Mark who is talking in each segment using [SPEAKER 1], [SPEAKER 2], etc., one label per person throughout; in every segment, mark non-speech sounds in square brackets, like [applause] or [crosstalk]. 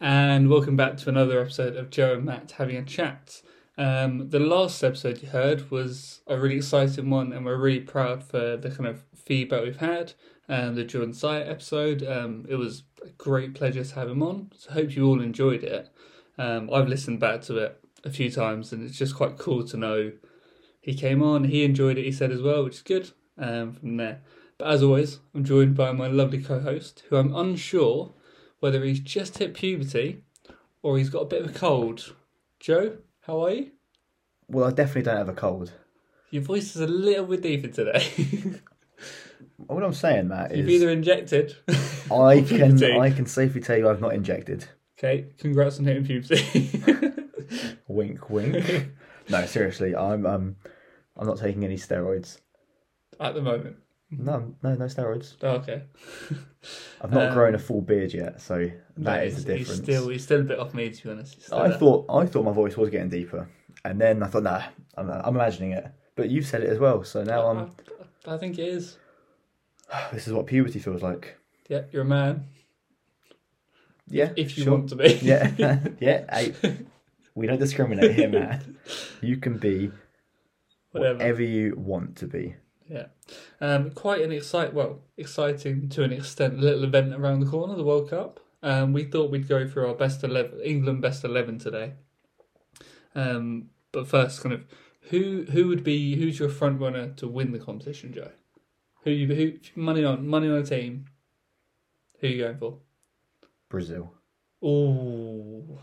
[SPEAKER 1] and welcome back to another episode of Joe and Matt having a chat. Um, the last episode you heard was a really exciting one, and we're really proud for the kind of feedback we've had. Um, the Jordan Syatt episode, um, it was a great pleasure to have him on. So hope you all enjoyed it. Um, I've listened back to it a few times, and it's just quite cool to know he came on. He enjoyed it. He said as well, which is good. Um, from there, but as always, I'm joined by my lovely co-host, who I'm unsure whether he's just hit puberty or he's got a bit of a cold. Joe, how are you?
[SPEAKER 2] Well, I definitely don't have a cold.
[SPEAKER 1] Your voice is a little bit deeper today. [laughs] You've
[SPEAKER 2] All I'm saying, Matt, is
[SPEAKER 1] either injected. [laughs]
[SPEAKER 2] I can
[SPEAKER 1] puberty.
[SPEAKER 2] I can safely tell you I've not injected.
[SPEAKER 1] okay, congrats on hitting puberty. [laughs]
[SPEAKER 2] Wink, wink. no, seriously, I'm um, I'm not taking any steroids.
[SPEAKER 1] At the moment.
[SPEAKER 2] No, no, no steroids.
[SPEAKER 1] Oh, okay.
[SPEAKER 2] I've not
[SPEAKER 1] Um,
[SPEAKER 2] grown a full beard yet, so that is the
[SPEAKER 1] he's
[SPEAKER 2] difference.
[SPEAKER 1] still, he's still a bit off me, to be honest. He's still
[SPEAKER 2] I
[SPEAKER 1] there.
[SPEAKER 2] thought I thought my voice was getting deeper, and then I thought, nah, I'm, I'm imagining it. But you've said it as well, so now
[SPEAKER 1] I,
[SPEAKER 2] I'm.
[SPEAKER 1] I- I think it is.
[SPEAKER 2] This is what puberty feels like.
[SPEAKER 1] Yeah, you're a man.
[SPEAKER 2] Yeah,
[SPEAKER 1] If you
[SPEAKER 2] sure.
[SPEAKER 1] want to be. [laughs]
[SPEAKER 2] Yeah, [laughs] yeah. hey, we don't discriminate
[SPEAKER 1] [laughs]
[SPEAKER 2] here, Matt. You can be
[SPEAKER 1] Whatever.
[SPEAKER 2] whatever you want to be.
[SPEAKER 1] Yeah. Um, quite an excite well, exciting to an extent little event around the corner, the World Cup. Um, we thought we'd go through our best eleven England best eleven today. Um, but first kind of who who would be who's your front runner to win the competition, Joe? Who you who money on money on a team. Who you going for?
[SPEAKER 2] Brazil.
[SPEAKER 1] Ooh,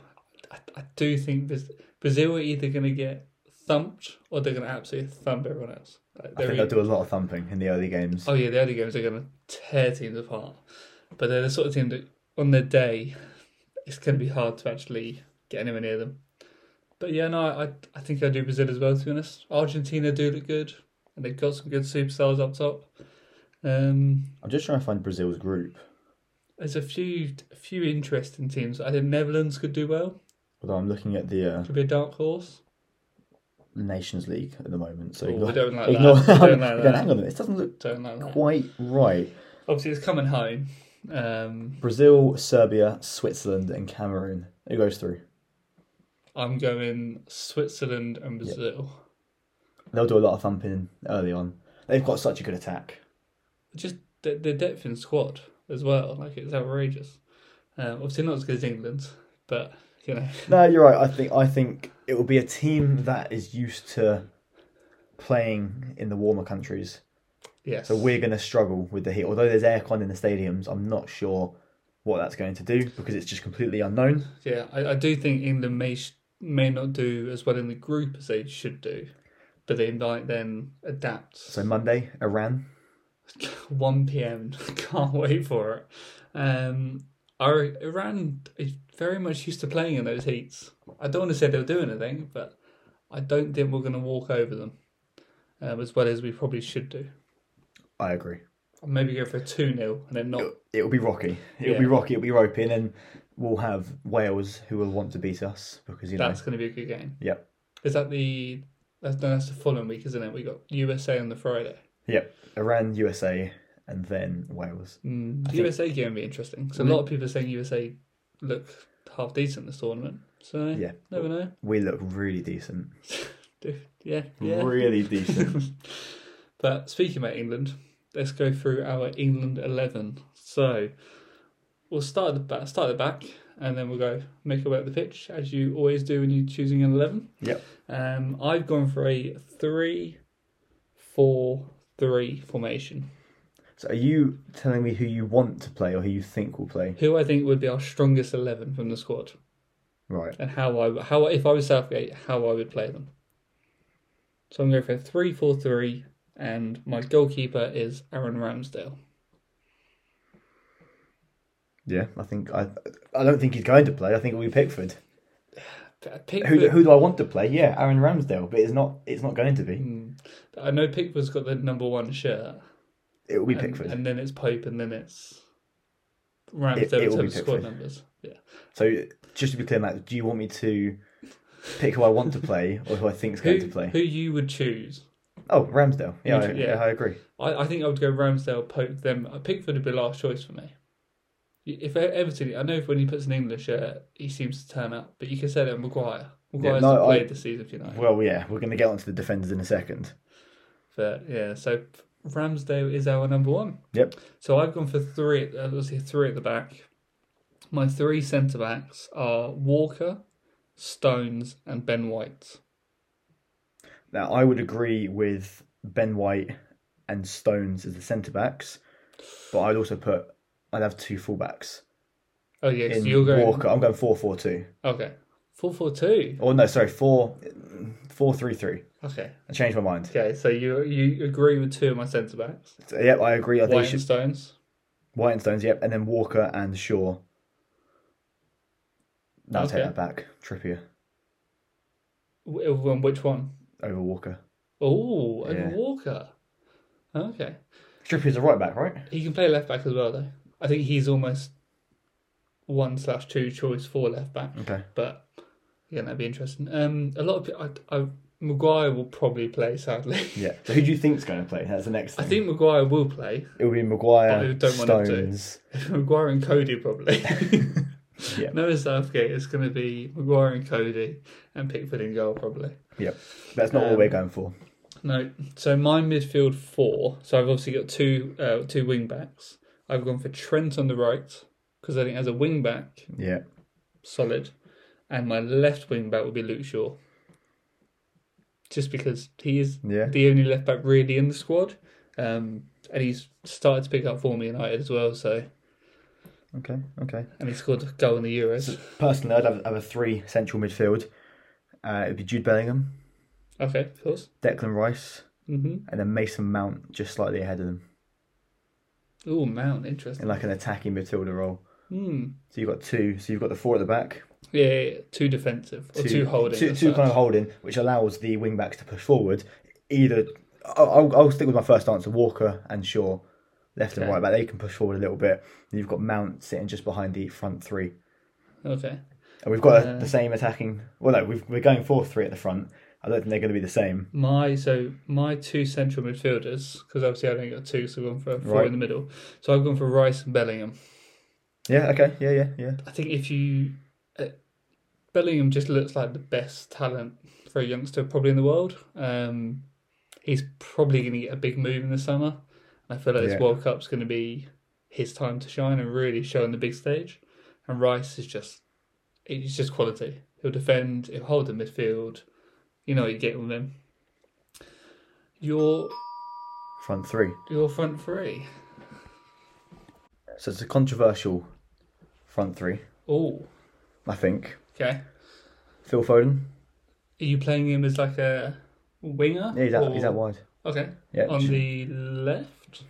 [SPEAKER 1] I, I do think Braz- Brazil are either going to get thumped or they're going to absolutely thump everyone else. Like,
[SPEAKER 2] I
[SPEAKER 1] they're
[SPEAKER 2] think
[SPEAKER 1] either-
[SPEAKER 2] they'll do a lot of thumping in the early games.
[SPEAKER 1] Oh yeah, the early games are going to tear teams apart, but they're the sort of team that on their day, it's going to be hard to actually get anywhere near them. But yeah, no, I I think I do Brazil as well. To be honest, Argentina do look good, and they've got some good superstars up top. Um,
[SPEAKER 2] I'm just trying to find Brazil's group,
[SPEAKER 1] there's a few a few interesting teams. I think Netherlands could do well.
[SPEAKER 2] although I'm looking at the uh,
[SPEAKER 1] Could be a dark horse.
[SPEAKER 2] Nations League at the moment. So
[SPEAKER 1] Oh,
[SPEAKER 2] ignore,
[SPEAKER 1] we don't like
[SPEAKER 2] ignore- [laughs]
[SPEAKER 1] that. We don't like
[SPEAKER 2] Again,
[SPEAKER 1] that.
[SPEAKER 2] Hang on a minute. This doesn't look
[SPEAKER 1] Don't like that.
[SPEAKER 2] quite right.
[SPEAKER 1] Obviously, it's coming home. Um,
[SPEAKER 2] Brazil, Serbia, Switzerland, and Cameroon. It goes through.
[SPEAKER 1] I'm going Switzerland and Brazil.
[SPEAKER 2] They'll do a lot of thumping early on. They've got such a good attack.
[SPEAKER 1] just the, the depth in squad as well. Like it's outrageous. Um, obviously not as good as England, but you know, [laughs]
[SPEAKER 2] No, you're right. I think I think it will be a team that is used to playing in the warmer countries.
[SPEAKER 1] yes.
[SPEAKER 2] So we're going to struggle with the heat. Although there's aircon in the stadiums, I'm not sure what that's going to do because it's just completely unknown.
[SPEAKER 1] yeah, I, I do think England may sh- may not do as well in the group as they should do, but they might then adapt.
[SPEAKER 2] So Monday, Iran.
[SPEAKER 1] 1 p.m. [laughs] Can't wait for it. Um, our Iran is very much used to playing in those heats. I don't want to say they'll do anything, but I don't think we're going to walk over them um, as well as we probably should do.
[SPEAKER 2] I agree.
[SPEAKER 1] I'll maybe go for a 2 0 and then not
[SPEAKER 2] It will be rocky. It will be
[SPEAKER 1] Yeah.
[SPEAKER 2] rocky. It will be ropey, and then we'll have Wales who will want to beat us because you know.
[SPEAKER 1] That's going to be a good game.
[SPEAKER 2] Yep.
[SPEAKER 1] Is that the that's no, that's the Fulham week, isn't it? We got USA on the Friday.
[SPEAKER 2] Yep. Iran, USA, and then Wales.
[SPEAKER 1] Mm, the USA game would be interesting. So a lot of people are saying USA look half decent this tournament. So
[SPEAKER 2] Yeah.
[SPEAKER 1] never know.
[SPEAKER 2] We look really decent.
[SPEAKER 1] Do- Yeah, yeah. [laughs]
[SPEAKER 2] Really decent.
[SPEAKER 1] But speaking about England, let's go through our England eleven. So we'll start at the back, start at the back, and then we'll go make our way up the pitch as you always do when you're choosing an eleven.
[SPEAKER 2] yep.
[SPEAKER 1] Um, I've gone for a three, four, three formation.
[SPEAKER 2] So are you telling me who you want to play or who you think will play?
[SPEAKER 1] Who I think would be our strongest eleven from the squad,
[SPEAKER 2] Right.
[SPEAKER 1] and how I how if I was Southgate, how I would play them. So I'm going for a three, four, three, and my goalkeeper is Aaron Ramsdale.
[SPEAKER 2] Yeah. I think I. I don't think he's going to play. I think it will be Pickford. Who do,
[SPEAKER 1] Pickford,
[SPEAKER 2] who do I want to play? Yeah, Aaron Ramsdale, but it's not. It's not going to be.
[SPEAKER 1] hmm, I know Pickford's got the number one shirt,
[SPEAKER 2] It will be
[SPEAKER 1] and,
[SPEAKER 2] Pickford.
[SPEAKER 1] and then it's Pope, and then it's Ramsdale
[SPEAKER 2] It- it
[SPEAKER 1] in
[SPEAKER 2] will
[SPEAKER 1] terms
[SPEAKER 2] be
[SPEAKER 1] of squad
[SPEAKER 2] Pickford.
[SPEAKER 1] numbers. Yeah.
[SPEAKER 2] So just to be clear, Matt, do you want me to pick who I want to play or who I think is
[SPEAKER 1] Who,
[SPEAKER 2] going to play?
[SPEAKER 1] who you would choose?
[SPEAKER 2] Oh, Ramsdale. Yeah, I,
[SPEAKER 1] Yeah.
[SPEAKER 2] yeah, I agree.
[SPEAKER 1] uh, I, I think I would go Ramsdale, Pope, them. Pickford would be last choice for me. If E-, Everton, I know when he puts an English shirt, he seems to turn up. But you can say that Maguire.
[SPEAKER 2] Yeah,
[SPEAKER 1] Maguire's
[SPEAKER 2] no,
[SPEAKER 1] not played
[SPEAKER 2] I-
[SPEAKER 1] this season for United.
[SPEAKER 2] Well, yeah, we're going to get onto the defenders in a second.
[SPEAKER 1] but yeah, so Ramsdale is our number one.
[SPEAKER 2] Yep.
[SPEAKER 1] So I've gone for three. Uh, let's see, three at the back. My three centre backs are Walker, Stones, and Ben White.
[SPEAKER 2] Now, I would agree with Ben White and Stones as the centre backs, but I'd also put I'd have two full backs
[SPEAKER 1] Oh yeah, so
[SPEAKER 2] in
[SPEAKER 1] you're going
[SPEAKER 2] Walker. I'm going four four two.
[SPEAKER 1] okay. Four four two.
[SPEAKER 2] Or no, sorry, four four three three.
[SPEAKER 1] Okay.
[SPEAKER 2] I changed my mind.
[SPEAKER 1] Okay. So you you agree with two of my centre backs,
[SPEAKER 2] So, yep, I agree. I think
[SPEAKER 1] White
[SPEAKER 2] White.
[SPEAKER 1] and
[SPEAKER 2] Should,
[SPEAKER 1] Stones.
[SPEAKER 2] White and Stones. Yep, and then Walker and Shaw. No, I'll
[SPEAKER 1] Okay.
[SPEAKER 2] take that back. Trippier
[SPEAKER 1] Wh- Which one?
[SPEAKER 2] over Walker.
[SPEAKER 1] Oh,
[SPEAKER 2] Yeah.
[SPEAKER 1] and Walker. Okay.
[SPEAKER 2] Trippier's a right back, right?
[SPEAKER 1] He can play left back as well, though. I think he's almost one slash two choice for left back.
[SPEAKER 2] Okay.
[SPEAKER 1] But yeah, that'd be interesting. Um, a lot of I, I, Maguire will probably play. Sadly,
[SPEAKER 2] Yeah. So who do you think's going to play? That's the next
[SPEAKER 1] I
[SPEAKER 2] thing.
[SPEAKER 1] think Maguire will play.
[SPEAKER 2] it'll be
[SPEAKER 1] I
[SPEAKER 2] Maguire,
[SPEAKER 1] don't want him to.
[SPEAKER 2] Stones.
[SPEAKER 1] Maguire and Cody probably.
[SPEAKER 2] Yeah.
[SPEAKER 1] [laughs] No, Southgate is going to be Maguire and Cody and Pickford in goal probably.
[SPEAKER 2] Yep. That's not what
[SPEAKER 1] Um,
[SPEAKER 2] we're going for.
[SPEAKER 1] No, so my midfield four. So I've obviously got two uh, two wing backs. I've gone for Trent on the right because I think as a wing back,
[SPEAKER 2] Yeah.
[SPEAKER 1] solid, and my left wing back would be Luke Shaw. Just because he is
[SPEAKER 2] Yeah.
[SPEAKER 1] the only left back really in the squad, um, and he's started to pick up form at United as well. So
[SPEAKER 2] Okay. Okay.
[SPEAKER 1] and he scored a goal in the
[SPEAKER 2] [laughs]
[SPEAKER 1] Euros.
[SPEAKER 2] Personally, I'd have, have a three central midfield. Uh, it'd be Jude Bellingham,
[SPEAKER 1] Okay, of course.
[SPEAKER 2] Declan Rice,
[SPEAKER 1] hmm
[SPEAKER 2] and then Mason Mount just slightly ahead of them
[SPEAKER 1] Oh, Mount,
[SPEAKER 2] in
[SPEAKER 1] interesting.
[SPEAKER 2] like an attacking midfielder role.
[SPEAKER 1] Hmm.
[SPEAKER 2] So you've got two. So you've got the four at the back,
[SPEAKER 1] Yeah, yeah, yeah, too defensive or too holding.
[SPEAKER 2] two,
[SPEAKER 1] as
[SPEAKER 2] two kind
[SPEAKER 1] such.
[SPEAKER 2] of holding, which allows the wing backs to push forward. Either I'll, I'll- I'll stick with my first answer: Walker and Shaw, left and
[SPEAKER 1] Okay.
[SPEAKER 2] right back. They can push forward a little bit. And you've got Mount sitting just behind the front three,
[SPEAKER 1] Okay.
[SPEAKER 2] and we've got a-
[SPEAKER 1] Uh,
[SPEAKER 2] the same attacking. Well, no, we've, we're going four three at the front. I don't think they're going to be the same.
[SPEAKER 1] My so my two central midfielders because obviously I only got two, so I've gone for four
[SPEAKER 2] Right.
[SPEAKER 1] in the middle. So I've gone for Rice and Bellingham.
[SPEAKER 2] Yeah. Okay. Yeah. Yeah. Yeah.
[SPEAKER 1] I think if you uh, Bellingham just looks like the best talent for a youngster probably in the world. Um, he's probably going to get a big move in the summer. And I feel like
[SPEAKER 2] Yeah.
[SPEAKER 1] this World Cup's going to be his time to shine and really show on the big stage. And Rice is just he's just quality. He'll defend. He'll hold the midfield. You know what you get with him. Your
[SPEAKER 2] Front three.
[SPEAKER 1] your front three.
[SPEAKER 2] So it's a controversial front three,
[SPEAKER 1] Oh,
[SPEAKER 2] I think.
[SPEAKER 1] okay.
[SPEAKER 2] Phil Foden.
[SPEAKER 1] Are you playing him as like a winger?
[SPEAKER 2] Yeah, he's out, he's
[SPEAKER 1] or-
[SPEAKER 2] out wide.
[SPEAKER 1] Okay.
[SPEAKER 2] Yeah.
[SPEAKER 1] On
[SPEAKER 2] sh-
[SPEAKER 1] the left?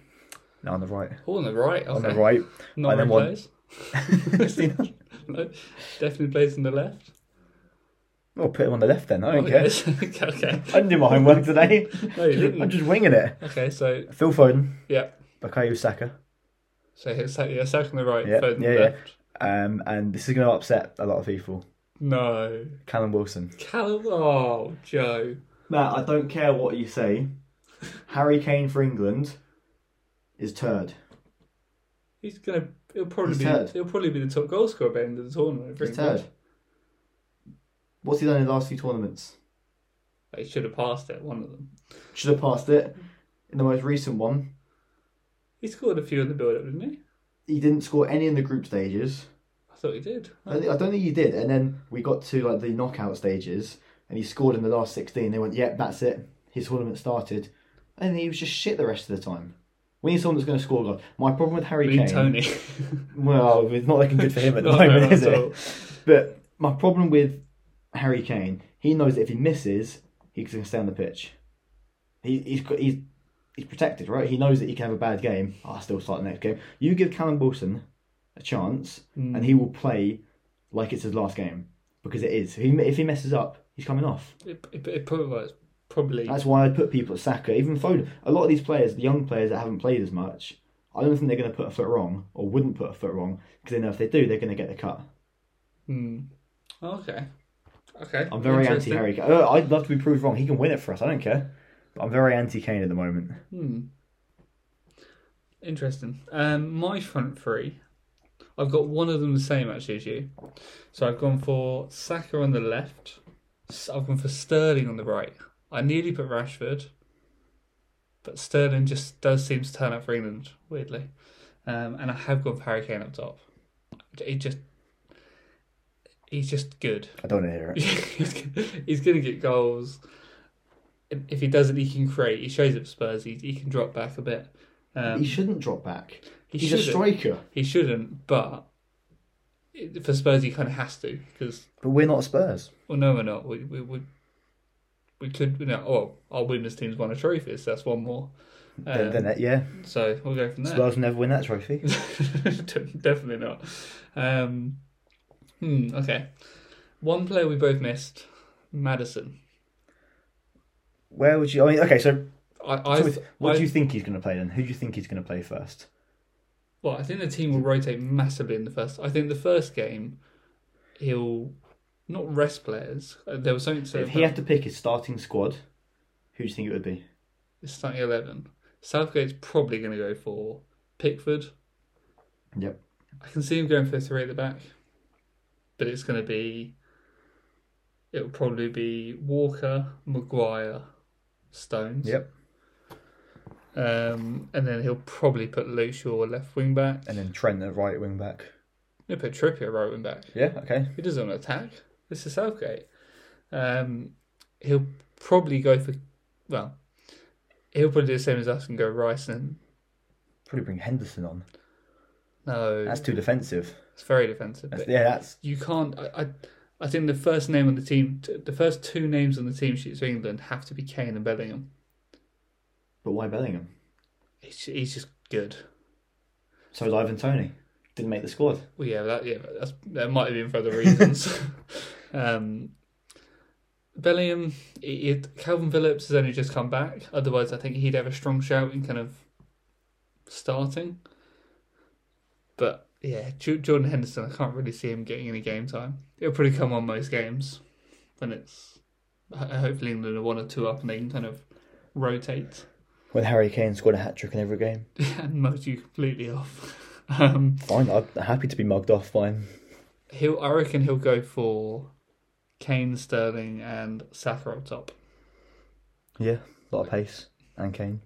[SPEAKER 2] no, on the right.
[SPEAKER 1] Oh, on the right. Okay.
[SPEAKER 2] On the right.
[SPEAKER 1] Not
[SPEAKER 2] and then
[SPEAKER 1] where he
[SPEAKER 2] one-
[SPEAKER 1] plays.
[SPEAKER 2] [laughs]
[SPEAKER 1] [laughs] no, definitely plays on the left.
[SPEAKER 2] Well, put him on the left then. I don't
[SPEAKER 1] Okay. okay. [laughs]
[SPEAKER 2] care.
[SPEAKER 1] okay.
[SPEAKER 2] I didn't do my homework
[SPEAKER 1] [laughs]
[SPEAKER 2] today.
[SPEAKER 1] No, you
[SPEAKER 2] I'm [laughs]
[SPEAKER 1] didn't.
[SPEAKER 2] just winging it.
[SPEAKER 1] Okay, so,
[SPEAKER 2] Phil Foden,
[SPEAKER 1] yeah.
[SPEAKER 2] Bakayu Saka,
[SPEAKER 1] So it's like, yeah, second on the right,
[SPEAKER 2] Yeah,
[SPEAKER 1] third on
[SPEAKER 2] yeah,
[SPEAKER 1] the
[SPEAKER 2] yeah.
[SPEAKER 1] left.
[SPEAKER 2] um, and this is going to upset a lot of people.
[SPEAKER 1] No.
[SPEAKER 2] Callum Wilson.
[SPEAKER 1] Callum. Oh, Joe.
[SPEAKER 2] Matt, I don't care what you say. Harry Kane for England is turd.
[SPEAKER 1] He's going to. He'll probably
[SPEAKER 2] He's
[SPEAKER 1] be.
[SPEAKER 2] third.
[SPEAKER 1] He'll probably be the top goal scorer by the end of the tournament.
[SPEAKER 2] He's
[SPEAKER 1] pretty much.
[SPEAKER 2] turd. What's he done in the last few tournaments?
[SPEAKER 1] He should have passed it. One of them.
[SPEAKER 2] Should have passed it. In the most recent one,
[SPEAKER 1] He scored a few in the build-up, didn't he?
[SPEAKER 2] he didn't score any in the group stages.
[SPEAKER 1] I thought he did.
[SPEAKER 2] I don't thi- I don't think he did. And then we got to like the knockout stages, and he scored in the last sixteen. They went, "Yep, that's it. His tournament started." And he was just shit the rest of the time. We need someone that's going to score. God, my problem with Harry
[SPEAKER 1] We need
[SPEAKER 2] Kane.
[SPEAKER 1] Tony.
[SPEAKER 2] Well, it's not looking good for him at
[SPEAKER 1] [laughs]
[SPEAKER 2] the
[SPEAKER 1] Not
[SPEAKER 2] moment,
[SPEAKER 1] at
[SPEAKER 2] is
[SPEAKER 1] all.
[SPEAKER 2] it? But my problem with Harry Kane, he knows that if he misses, he's going to stay on the pitch. He, he's got- he's he's protected, right? He knows that he can have a bad game. "Oh, I'll still start the next game. You give Callum Wilson a chance, and he will play like it's his last game because it is. If he, if he messes up, he's coming off.
[SPEAKER 1] It, it, it probably was probably
[SPEAKER 2] That's why I'd put people at Saka, even Foden. A lot of these players, the young players that haven't played as much, I don't think they're going to put a foot wrong or wouldn't put a foot wrong because they know if they do, they're going to get the cut.
[SPEAKER 1] Hmm. okay. Okay.
[SPEAKER 2] I'm very anti
[SPEAKER 1] interesting.
[SPEAKER 2] Harry Kane. Oh, I'd love to be proved wrong. He can win it for us. I don't care. But I'm very anti Kane at the moment.
[SPEAKER 1] Hmm. Interesting. Um, my front three I've got one of them the same actually as you. So I've gone for Saka on the left. S- I've gone for Sterling on the right. I nearly put Rashford, but Sterling just does seem to turn up for England weirdly. Um, and I have gone for Harry Kane up top. It just he's just good.
[SPEAKER 2] I don't want to hear
[SPEAKER 1] [laughs]
[SPEAKER 2] it.
[SPEAKER 1] he's gonna- he's going to get goals. If if he doesn't, he can create. He shows up Spurs. He he can drop back a bit. Um,
[SPEAKER 2] he shouldn't drop back.
[SPEAKER 1] he
[SPEAKER 2] He's a
[SPEAKER 1] shouldn't.
[SPEAKER 2] striker.
[SPEAKER 1] He shouldn't, but it- for Spurs, he kind of has to because
[SPEAKER 2] But we're not Spurs.
[SPEAKER 1] well, no, we're not. We we we, we could you know. Oh, our women's team's won a trophy, so that's one more.
[SPEAKER 2] Then-
[SPEAKER 1] Um,
[SPEAKER 2] then that- yeah,
[SPEAKER 1] so we'll go from there.
[SPEAKER 2] Spurs will never win that trophy.
[SPEAKER 1] [laughs] De- Definitely not. Um, hmm. Okay. One player we both missed, Madison.
[SPEAKER 2] Where would you? I mean, okay, so
[SPEAKER 1] I, I,
[SPEAKER 2] So what
[SPEAKER 1] I,
[SPEAKER 2] do you think he's going to play then? Who do you think he's going to play first?
[SPEAKER 1] Well, I think the team will rotate massively in the first. I think the first game, he'll not rest players. Uh, There was something to say
[SPEAKER 2] if he
[SPEAKER 1] about
[SPEAKER 2] had to pick his starting squad, who do you think it would be?
[SPEAKER 1] the starting eleven. Southgate's probably going to go for Pickford.
[SPEAKER 2] Yep.
[SPEAKER 1] I can see him going for three at the back, but it's going to be. It'll probably be Walker, Maguire, Stones.
[SPEAKER 2] Yep.
[SPEAKER 1] Um, and then he'll probably put Lucio left wing back.
[SPEAKER 2] And then Trent at right wing back.
[SPEAKER 1] He'll put Trippier right wing back.
[SPEAKER 2] Yeah. Okay.
[SPEAKER 1] He doesn't want to attack. This is Southgate. Um, he'll probably go for, well, he'll probably do the same as us and go Rice and
[SPEAKER 2] Probably bring Henderson on.
[SPEAKER 1] no,
[SPEAKER 2] That's too defensive.
[SPEAKER 1] it's very defensive.
[SPEAKER 2] That's,
[SPEAKER 1] But
[SPEAKER 2] yeah. That's
[SPEAKER 1] you can't. I, I, I think the first name on the team, the first two names on the team sheets for England have to be Kane and Bellingham.
[SPEAKER 2] but why Bellingham?
[SPEAKER 1] He's, he's just good.
[SPEAKER 2] So is Ivan Tony. Didn't make the squad.
[SPEAKER 1] Well, yeah, that yeah, that's, that might have been for other reasons. um, Bellingham, he- he- Calvin Phillips has only just come back. Otherwise, I think he'd have a strong shout in kind of starting. But yeah, Ju- Jordan Henderson, I can't really see him getting any game time. It'll probably come on most games when it's ho- hopefully England are one or two up and they can kind of rotate [laughs]
[SPEAKER 2] When Harry Kane scored a hat trick in every game.
[SPEAKER 1] and mug you completely off. [laughs] Um,
[SPEAKER 2] Fine. I'm happy to be mugged off by him.
[SPEAKER 1] He'll, I reckon he'll go for Kane, Sterling, and Saka up top.
[SPEAKER 2] Yeah. A lot of pace and Kane.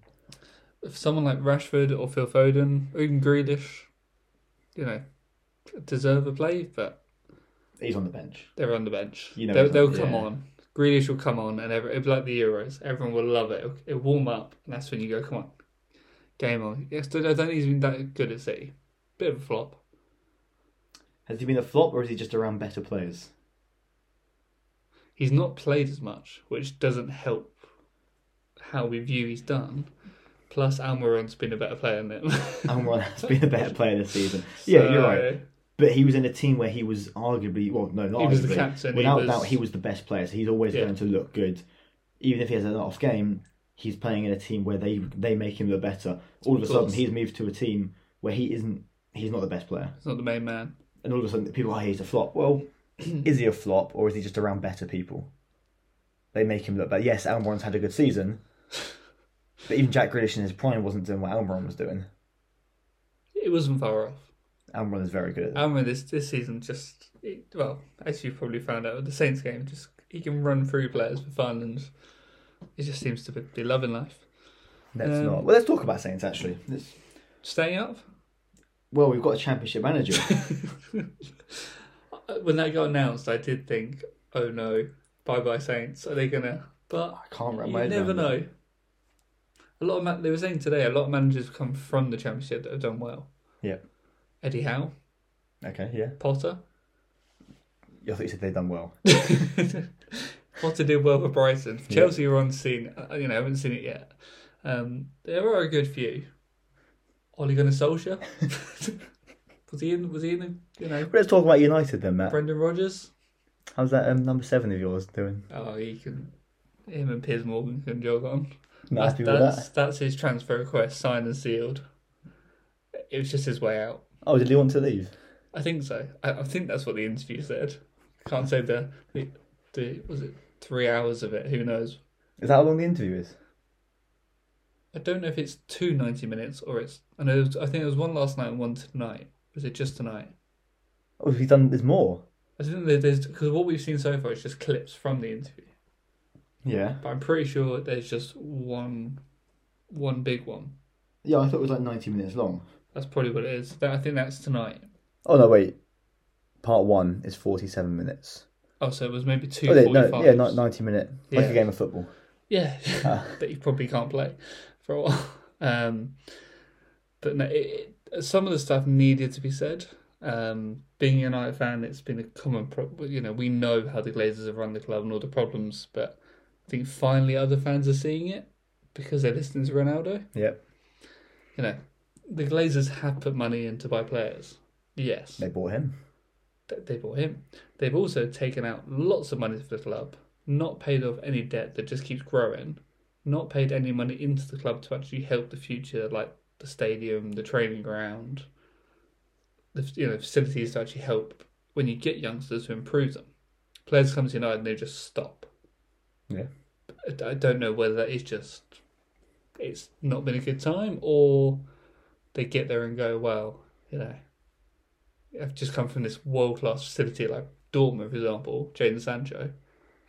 [SPEAKER 1] If someone like Rashford or Phil Foden or even Grealish, you know, deserve a play, but
[SPEAKER 2] He's on the bench.
[SPEAKER 1] they're on the bench.
[SPEAKER 2] You know
[SPEAKER 1] they'll,
[SPEAKER 2] he's
[SPEAKER 1] they'll
[SPEAKER 2] not-
[SPEAKER 1] come
[SPEAKER 2] yeah.
[SPEAKER 1] on. Grealish will come on, and every, it'll be like the Euros. Everyone will love it. It'll, it'll warm up, and that's when you go, come on, game on. Yes, I don't think he's been that good at City. Bit of a flop.
[SPEAKER 2] Has he been a flop or is he just around better players? [laughs]
[SPEAKER 1] he's not played as much, which doesn't help how we view he's done. Plus, Almiron's been a better player than him.
[SPEAKER 2] Almiron has been a better player this season. [laughs] yeah, you're right. But he was in a team where he was arguably, well, no, not
[SPEAKER 1] He was the
[SPEAKER 2] arguably,
[SPEAKER 1] captain, he
[SPEAKER 2] Without
[SPEAKER 1] was-
[SPEAKER 2] doubt, he was the best player. So he's always
[SPEAKER 1] Yeah.
[SPEAKER 2] going to look good, even if he has an off game. He's playing in a team where they they make him look better. All of a
[SPEAKER 1] Of
[SPEAKER 2] sudden,
[SPEAKER 1] course.
[SPEAKER 2] he's moved to a team where he isn't. He's not the best player,
[SPEAKER 1] He's not the main man.
[SPEAKER 2] and all of a sudden, people are he's a flop. Well, [clears throat] is he a flop or is he just around better people? They make him look better. Yes, Almiron's had a good season, but even Jack Grealish in his prime wasn't doing what Almiron was doing.
[SPEAKER 1] It wasn't far off.
[SPEAKER 2] Almiron is very good at that.
[SPEAKER 1] Almiron this this season just he- well, as you probably found out with the Saints game, just he can run through players for fun and he just seems to be- be loving life.
[SPEAKER 2] Let's
[SPEAKER 1] um,
[SPEAKER 2] not. Well, let's talk about Saints actually. Let's-
[SPEAKER 1] Staying up
[SPEAKER 2] Well, we've got a championship [laughs] manager.
[SPEAKER 1] Uh, when that got announced, I did think, oh no, bye bye Saints. Are they gonna? But
[SPEAKER 2] I can't wrap
[SPEAKER 1] You
[SPEAKER 2] my head
[SPEAKER 1] never
[SPEAKER 2] around it.
[SPEAKER 1] know. A lot of ma- they were saying today. A lot of managers come from the championship that have done well.
[SPEAKER 2] Yeah.
[SPEAKER 1] Eddie Howe,
[SPEAKER 2] Okay, yeah.
[SPEAKER 1] Potter. [laughs]
[SPEAKER 2] I thought you said they'd done well.
[SPEAKER 1] Potter did well for Brighton.
[SPEAKER 2] Yeah.
[SPEAKER 1] Chelsea are on scene. uh, You know, I haven't seen it yet. Um, there are a good few. Ole Gunnar Solskjaer. [laughs] was he in? Was he in? The, you know,
[SPEAKER 2] Let's talk about United then, Matt.
[SPEAKER 1] Brendan Rodgers.
[SPEAKER 2] How's that um, number seven of yours doing?
[SPEAKER 1] Oh, he can. Him and Piers Morgan can jog on.
[SPEAKER 2] Not happy with
[SPEAKER 1] that's
[SPEAKER 2] that.
[SPEAKER 1] that's his transfer request, signed and sealed. It was just his way out.
[SPEAKER 2] Oh, did he want to leave?
[SPEAKER 1] I think so. I, I think that's what the interview said. Can't say the, the the was it three hours of it. Who knows?
[SPEAKER 2] Is that how long the interview is?
[SPEAKER 1] I don't know if it's two ninety minutes or it's. I know. It was, I think there was one last night and one tonight. Was it just tonight?
[SPEAKER 2] Oh, he's done. There's more.
[SPEAKER 1] I think there- there's because what we've seen so far is just clips from the interview,
[SPEAKER 2] Yeah.
[SPEAKER 1] but I'm pretty sure there's just one, one big one.
[SPEAKER 2] Yeah, I thought it was like 90 minutes long.
[SPEAKER 1] That's probably what it is. That I think that's tonight.
[SPEAKER 2] Oh no, wait. Part one is 47 minutes.
[SPEAKER 1] Oh, so it was maybe two
[SPEAKER 2] Oh, yeah,
[SPEAKER 1] forty-five.
[SPEAKER 2] no, yeah, ni- 90 minute, like
[SPEAKER 1] Yeah.
[SPEAKER 2] a game of football.
[SPEAKER 1] Yeah, [laughs]
[SPEAKER 2] Ah.
[SPEAKER 1] that you probably can't play for a while. [laughs] Um, but no, it, it, some of the stuff needed to be said. Um, being a United fan, it's been a common problem. You know, we know how the Glazers have run the club and all the problems, but I think finally other fans are seeing it because they're listening to Ronaldo.
[SPEAKER 2] Yep.
[SPEAKER 1] You know, the Glazers have put money in to buy players. Yes,
[SPEAKER 2] They bought him.
[SPEAKER 1] th- they bought him. They've also taken out lots of money for the club, not paid off any debt that just keeps growing, not paid any money into the club to actually help the future, like the stadium, the training ground, the f- you know facilities to actually help when you get youngsters to improve them. Players come to United and they just stop.
[SPEAKER 2] Yeah.
[SPEAKER 1] I d- I don't know whether that is just it's not been a good time or they get there and go well, you know. I've just come from this world class facility like Dortmund, for example, Jadon Sancho,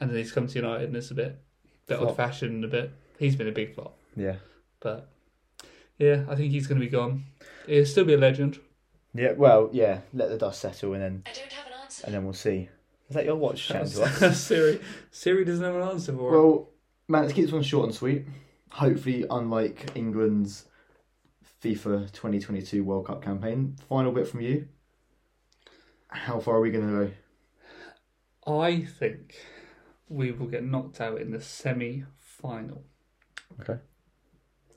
[SPEAKER 1] and then he's come to United and it's a bit, bit
[SPEAKER 2] Flop.
[SPEAKER 1] old fashioned, a bit. He's been a big flop,
[SPEAKER 2] Yeah.
[SPEAKER 1] but yeah, I think he's going to be gone. He'll still be a legend.
[SPEAKER 2] Yeah. Well, yeah. Let the dust settle, and then
[SPEAKER 3] I don't have an answer.
[SPEAKER 2] and then we'll see. Is that your watch? Chatting to
[SPEAKER 1] [laughs]
[SPEAKER 2] [laughs] us?
[SPEAKER 1] Siri, Siri doesn't have an answer for it.
[SPEAKER 2] Well, man, this keeps one short and sweet. Hopefully, unlike England's FIFA 2022 World Cup campaign, final bit from you. How far are we going to go?
[SPEAKER 1] I think we will get knocked out in the semi final.
[SPEAKER 2] Okay.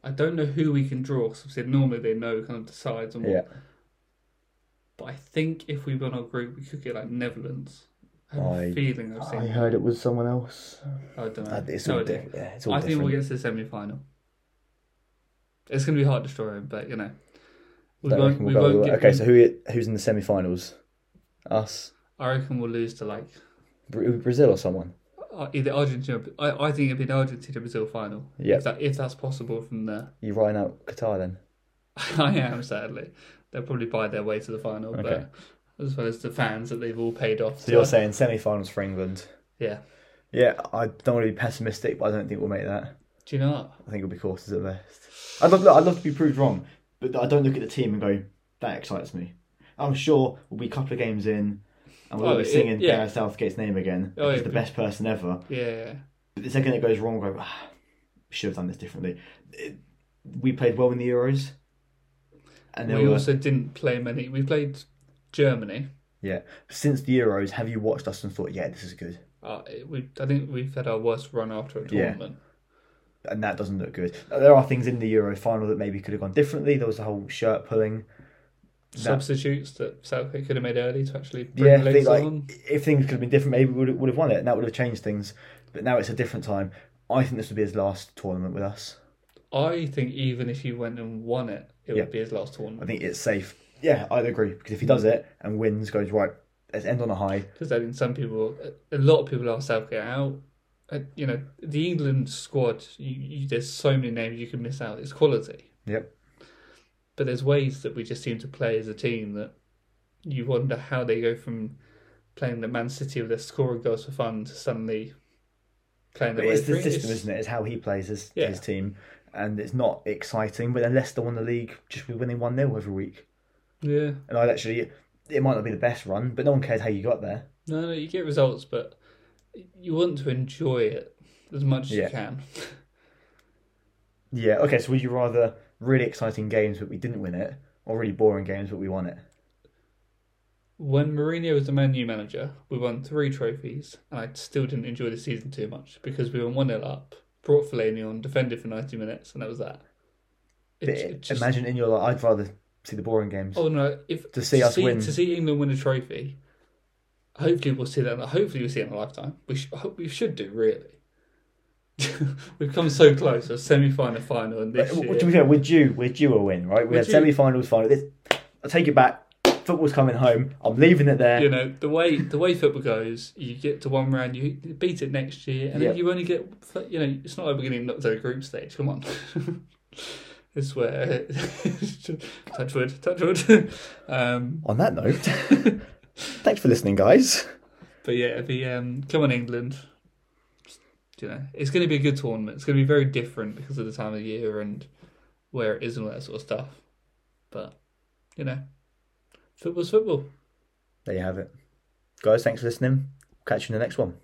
[SPEAKER 1] I don't know who we can draw because obviously normally they know kind of decides and what. But I think if we win our group, we could get like Netherlands. I have a
[SPEAKER 2] I-
[SPEAKER 1] feeling I've seen.
[SPEAKER 2] I heard it was someone else.
[SPEAKER 1] I don't know.
[SPEAKER 2] Uh, It's
[SPEAKER 1] no
[SPEAKER 2] all,
[SPEAKER 1] idea.
[SPEAKER 2] different. yeah, it's all
[SPEAKER 1] I think
[SPEAKER 2] different.
[SPEAKER 1] we'll get to the semi final. It's going to be hard to destroy him, but you know. We
[SPEAKER 2] Don't
[SPEAKER 1] won't,
[SPEAKER 2] reckon
[SPEAKER 1] we
[SPEAKER 2] we'll go
[SPEAKER 1] won't
[SPEAKER 2] all
[SPEAKER 1] get
[SPEAKER 2] the way. okay,
[SPEAKER 1] them.
[SPEAKER 2] so who who's in the semi-finals? Us,
[SPEAKER 1] I reckon we'll lose to like
[SPEAKER 2] Bra- Brazil, or someone?
[SPEAKER 1] uh, either Argentina. I, I think it'd be an Argentina Brazil final.
[SPEAKER 2] Yeah.
[SPEAKER 1] If, that, if that's possible from there. [laughs]
[SPEAKER 2] You writing out Qatar then?
[SPEAKER 1] I am, sadly. They'll probably buy their way to the final,
[SPEAKER 2] Okay.
[SPEAKER 1] but as well as the fans that they've all paid off.
[SPEAKER 2] So you're saying semi-finals for England?
[SPEAKER 1] Yeah.
[SPEAKER 2] Yeah, I don't want to be pessimistic, but I don't think we'll make that.
[SPEAKER 1] Do you know what?
[SPEAKER 2] I think it'll be quarters at best. I'd love, look, I'd love to be proved wrong, but I don't look at the team and go, that excites me. I'm sure we'll be a couple of games in and we'll
[SPEAKER 1] Oh,
[SPEAKER 2] all be
[SPEAKER 1] it-
[SPEAKER 2] singing
[SPEAKER 1] yeah.
[SPEAKER 2] Gareth Southgate's name again.
[SPEAKER 1] Oh,
[SPEAKER 2] he's
[SPEAKER 1] yeah.
[SPEAKER 2] the best person ever.
[SPEAKER 1] Yeah.
[SPEAKER 2] But the second it goes wrong, we go, ah, we should have done this differently. It- we played well in the Euros. And then
[SPEAKER 1] we also didn't play many. We played Germany.
[SPEAKER 2] yeah. Since the Euros, have you watched us and thought, yeah, this is good?
[SPEAKER 1] Uh, it- we, I think we've had our worst run after a
[SPEAKER 2] Yeah.
[SPEAKER 1] tournament.
[SPEAKER 2] and that doesn't look good. There are things in the Euro final that maybe could have gone differently. There was the whole shirt pulling. That-
[SPEAKER 1] Substitutes that Southgate could have made early to actually bring
[SPEAKER 2] yeah, I
[SPEAKER 1] legs
[SPEAKER 2] think, like
[SPEAKER 1] on.
[SPEAKER 2] if things could have been different, maybe we would have, would have won it, and that would have changed things. But now it's a different time. I think this would be his last tournament with us.
[SPEAKER 1] I think even if he went and won it, it
[SPEAKER 2] Yeah.
[SPEAKER 1] would be his last
[SPEAKER 2] I
[SPEAKER 1] tournament
[SPEAKER 2] think it's safe. Yeah, I'd agree because if he does it and wins, goes right. Let's end on a high.
[SPEAKER 1] because I think some people, a lot of people, ask Southgate out. Uh, you know, the England squad. You, you, there's so many names you can miss out. It's quality.
[SPEAKER 2] Yep.
[SPEAKER 1] but there's ways that we just seem to play as a team that you wonder how they go from playing the Man City with their scoring goals for fun to suddenly playing
[SPEAKER 2] But
[SPEAKER 1] their way
[SPEAKER 2] it's the
[SPEAKER 1] through.
[SPEAKER 2] system,
[SPEAKER 1] It's-
[SPEAKER 2] isn't it? It's how he plays his,
[SPEAKER 1] Yeah.
[SPEAKER 2] his team, and it's not exciting. But then Leicester won the league just with winning one 0 every week,
[SPEAKER 1] Yeah,
[SPEAKER 2] and I'd actually. It might not be the best run, but no one cared how you got there.
[SPEAKER 1] no, no, you get results, but you want to enjoy it as much as
[SPEAKER 2] Yeah.
[SPEAKER 1] you can.
[SPEAKER 2] Yeah. Okay. So would you rather really exciting games but we didn't win it, or really boring games but we won it?
[SPEAKER 1] When Mourinho was the Man U manager, we won three trophies, and I still didn't enjoy the season too much because we were 1 0 up, brought Fellaini on, defended for 90 minutes, and that was that. It,
[SPEAKER 2] But
[SPEAKER 1] it just-
[SPEAKER 2] imagine in your life, I'd rather see the boring games.
[SPEAKER 1] Oh no! If
[SPEAKER 2] To see us win.
[SPEAKER 1] to see England win a trophy, hopefully we'll see that. Hopefully we'll see it in a lifetime. We sh- hope we should do really. [laughs] We've come so close. A semi-final, final, and
[SPEAKER 2] But uh,
[SPEAKER 1] this
[SPEAKER 2] w-
[SPEAKER 1] year.
[SPEAKER 2] to be fair, we're due, we're due a win, right? We
[SPEAKER 1] We're
[SPEAKER 2] had
[SPEAKER 1] due-
[SPEAKER 2] semi-finals, final. This, I take it back. Football's coming home. I'm leaving it there.
[SPEAKER 1] you know the way the way football goes. You get to one round, you beat it next year, and
[SPEAKER 2] Yeah.
[SPEAKER 1] then you only get. You know, [laughs] it's not like we're getting knocked out of group stage. Come on. is where [laughs] touch wood, touch wood. [laughs] um,
[SPEAKER 2] On that note, [laughs] thanks for listening, guys.
[SPEAKER 1] but yeah, the um, come on England. You know, it's going to be a good tournament. It's going to be very different because of the time of year and where it is and all that sort of stuff. But you know, football's football.
[SPEAKER 2] There you have it. Guys, thanks for listening. Catch you in the next one.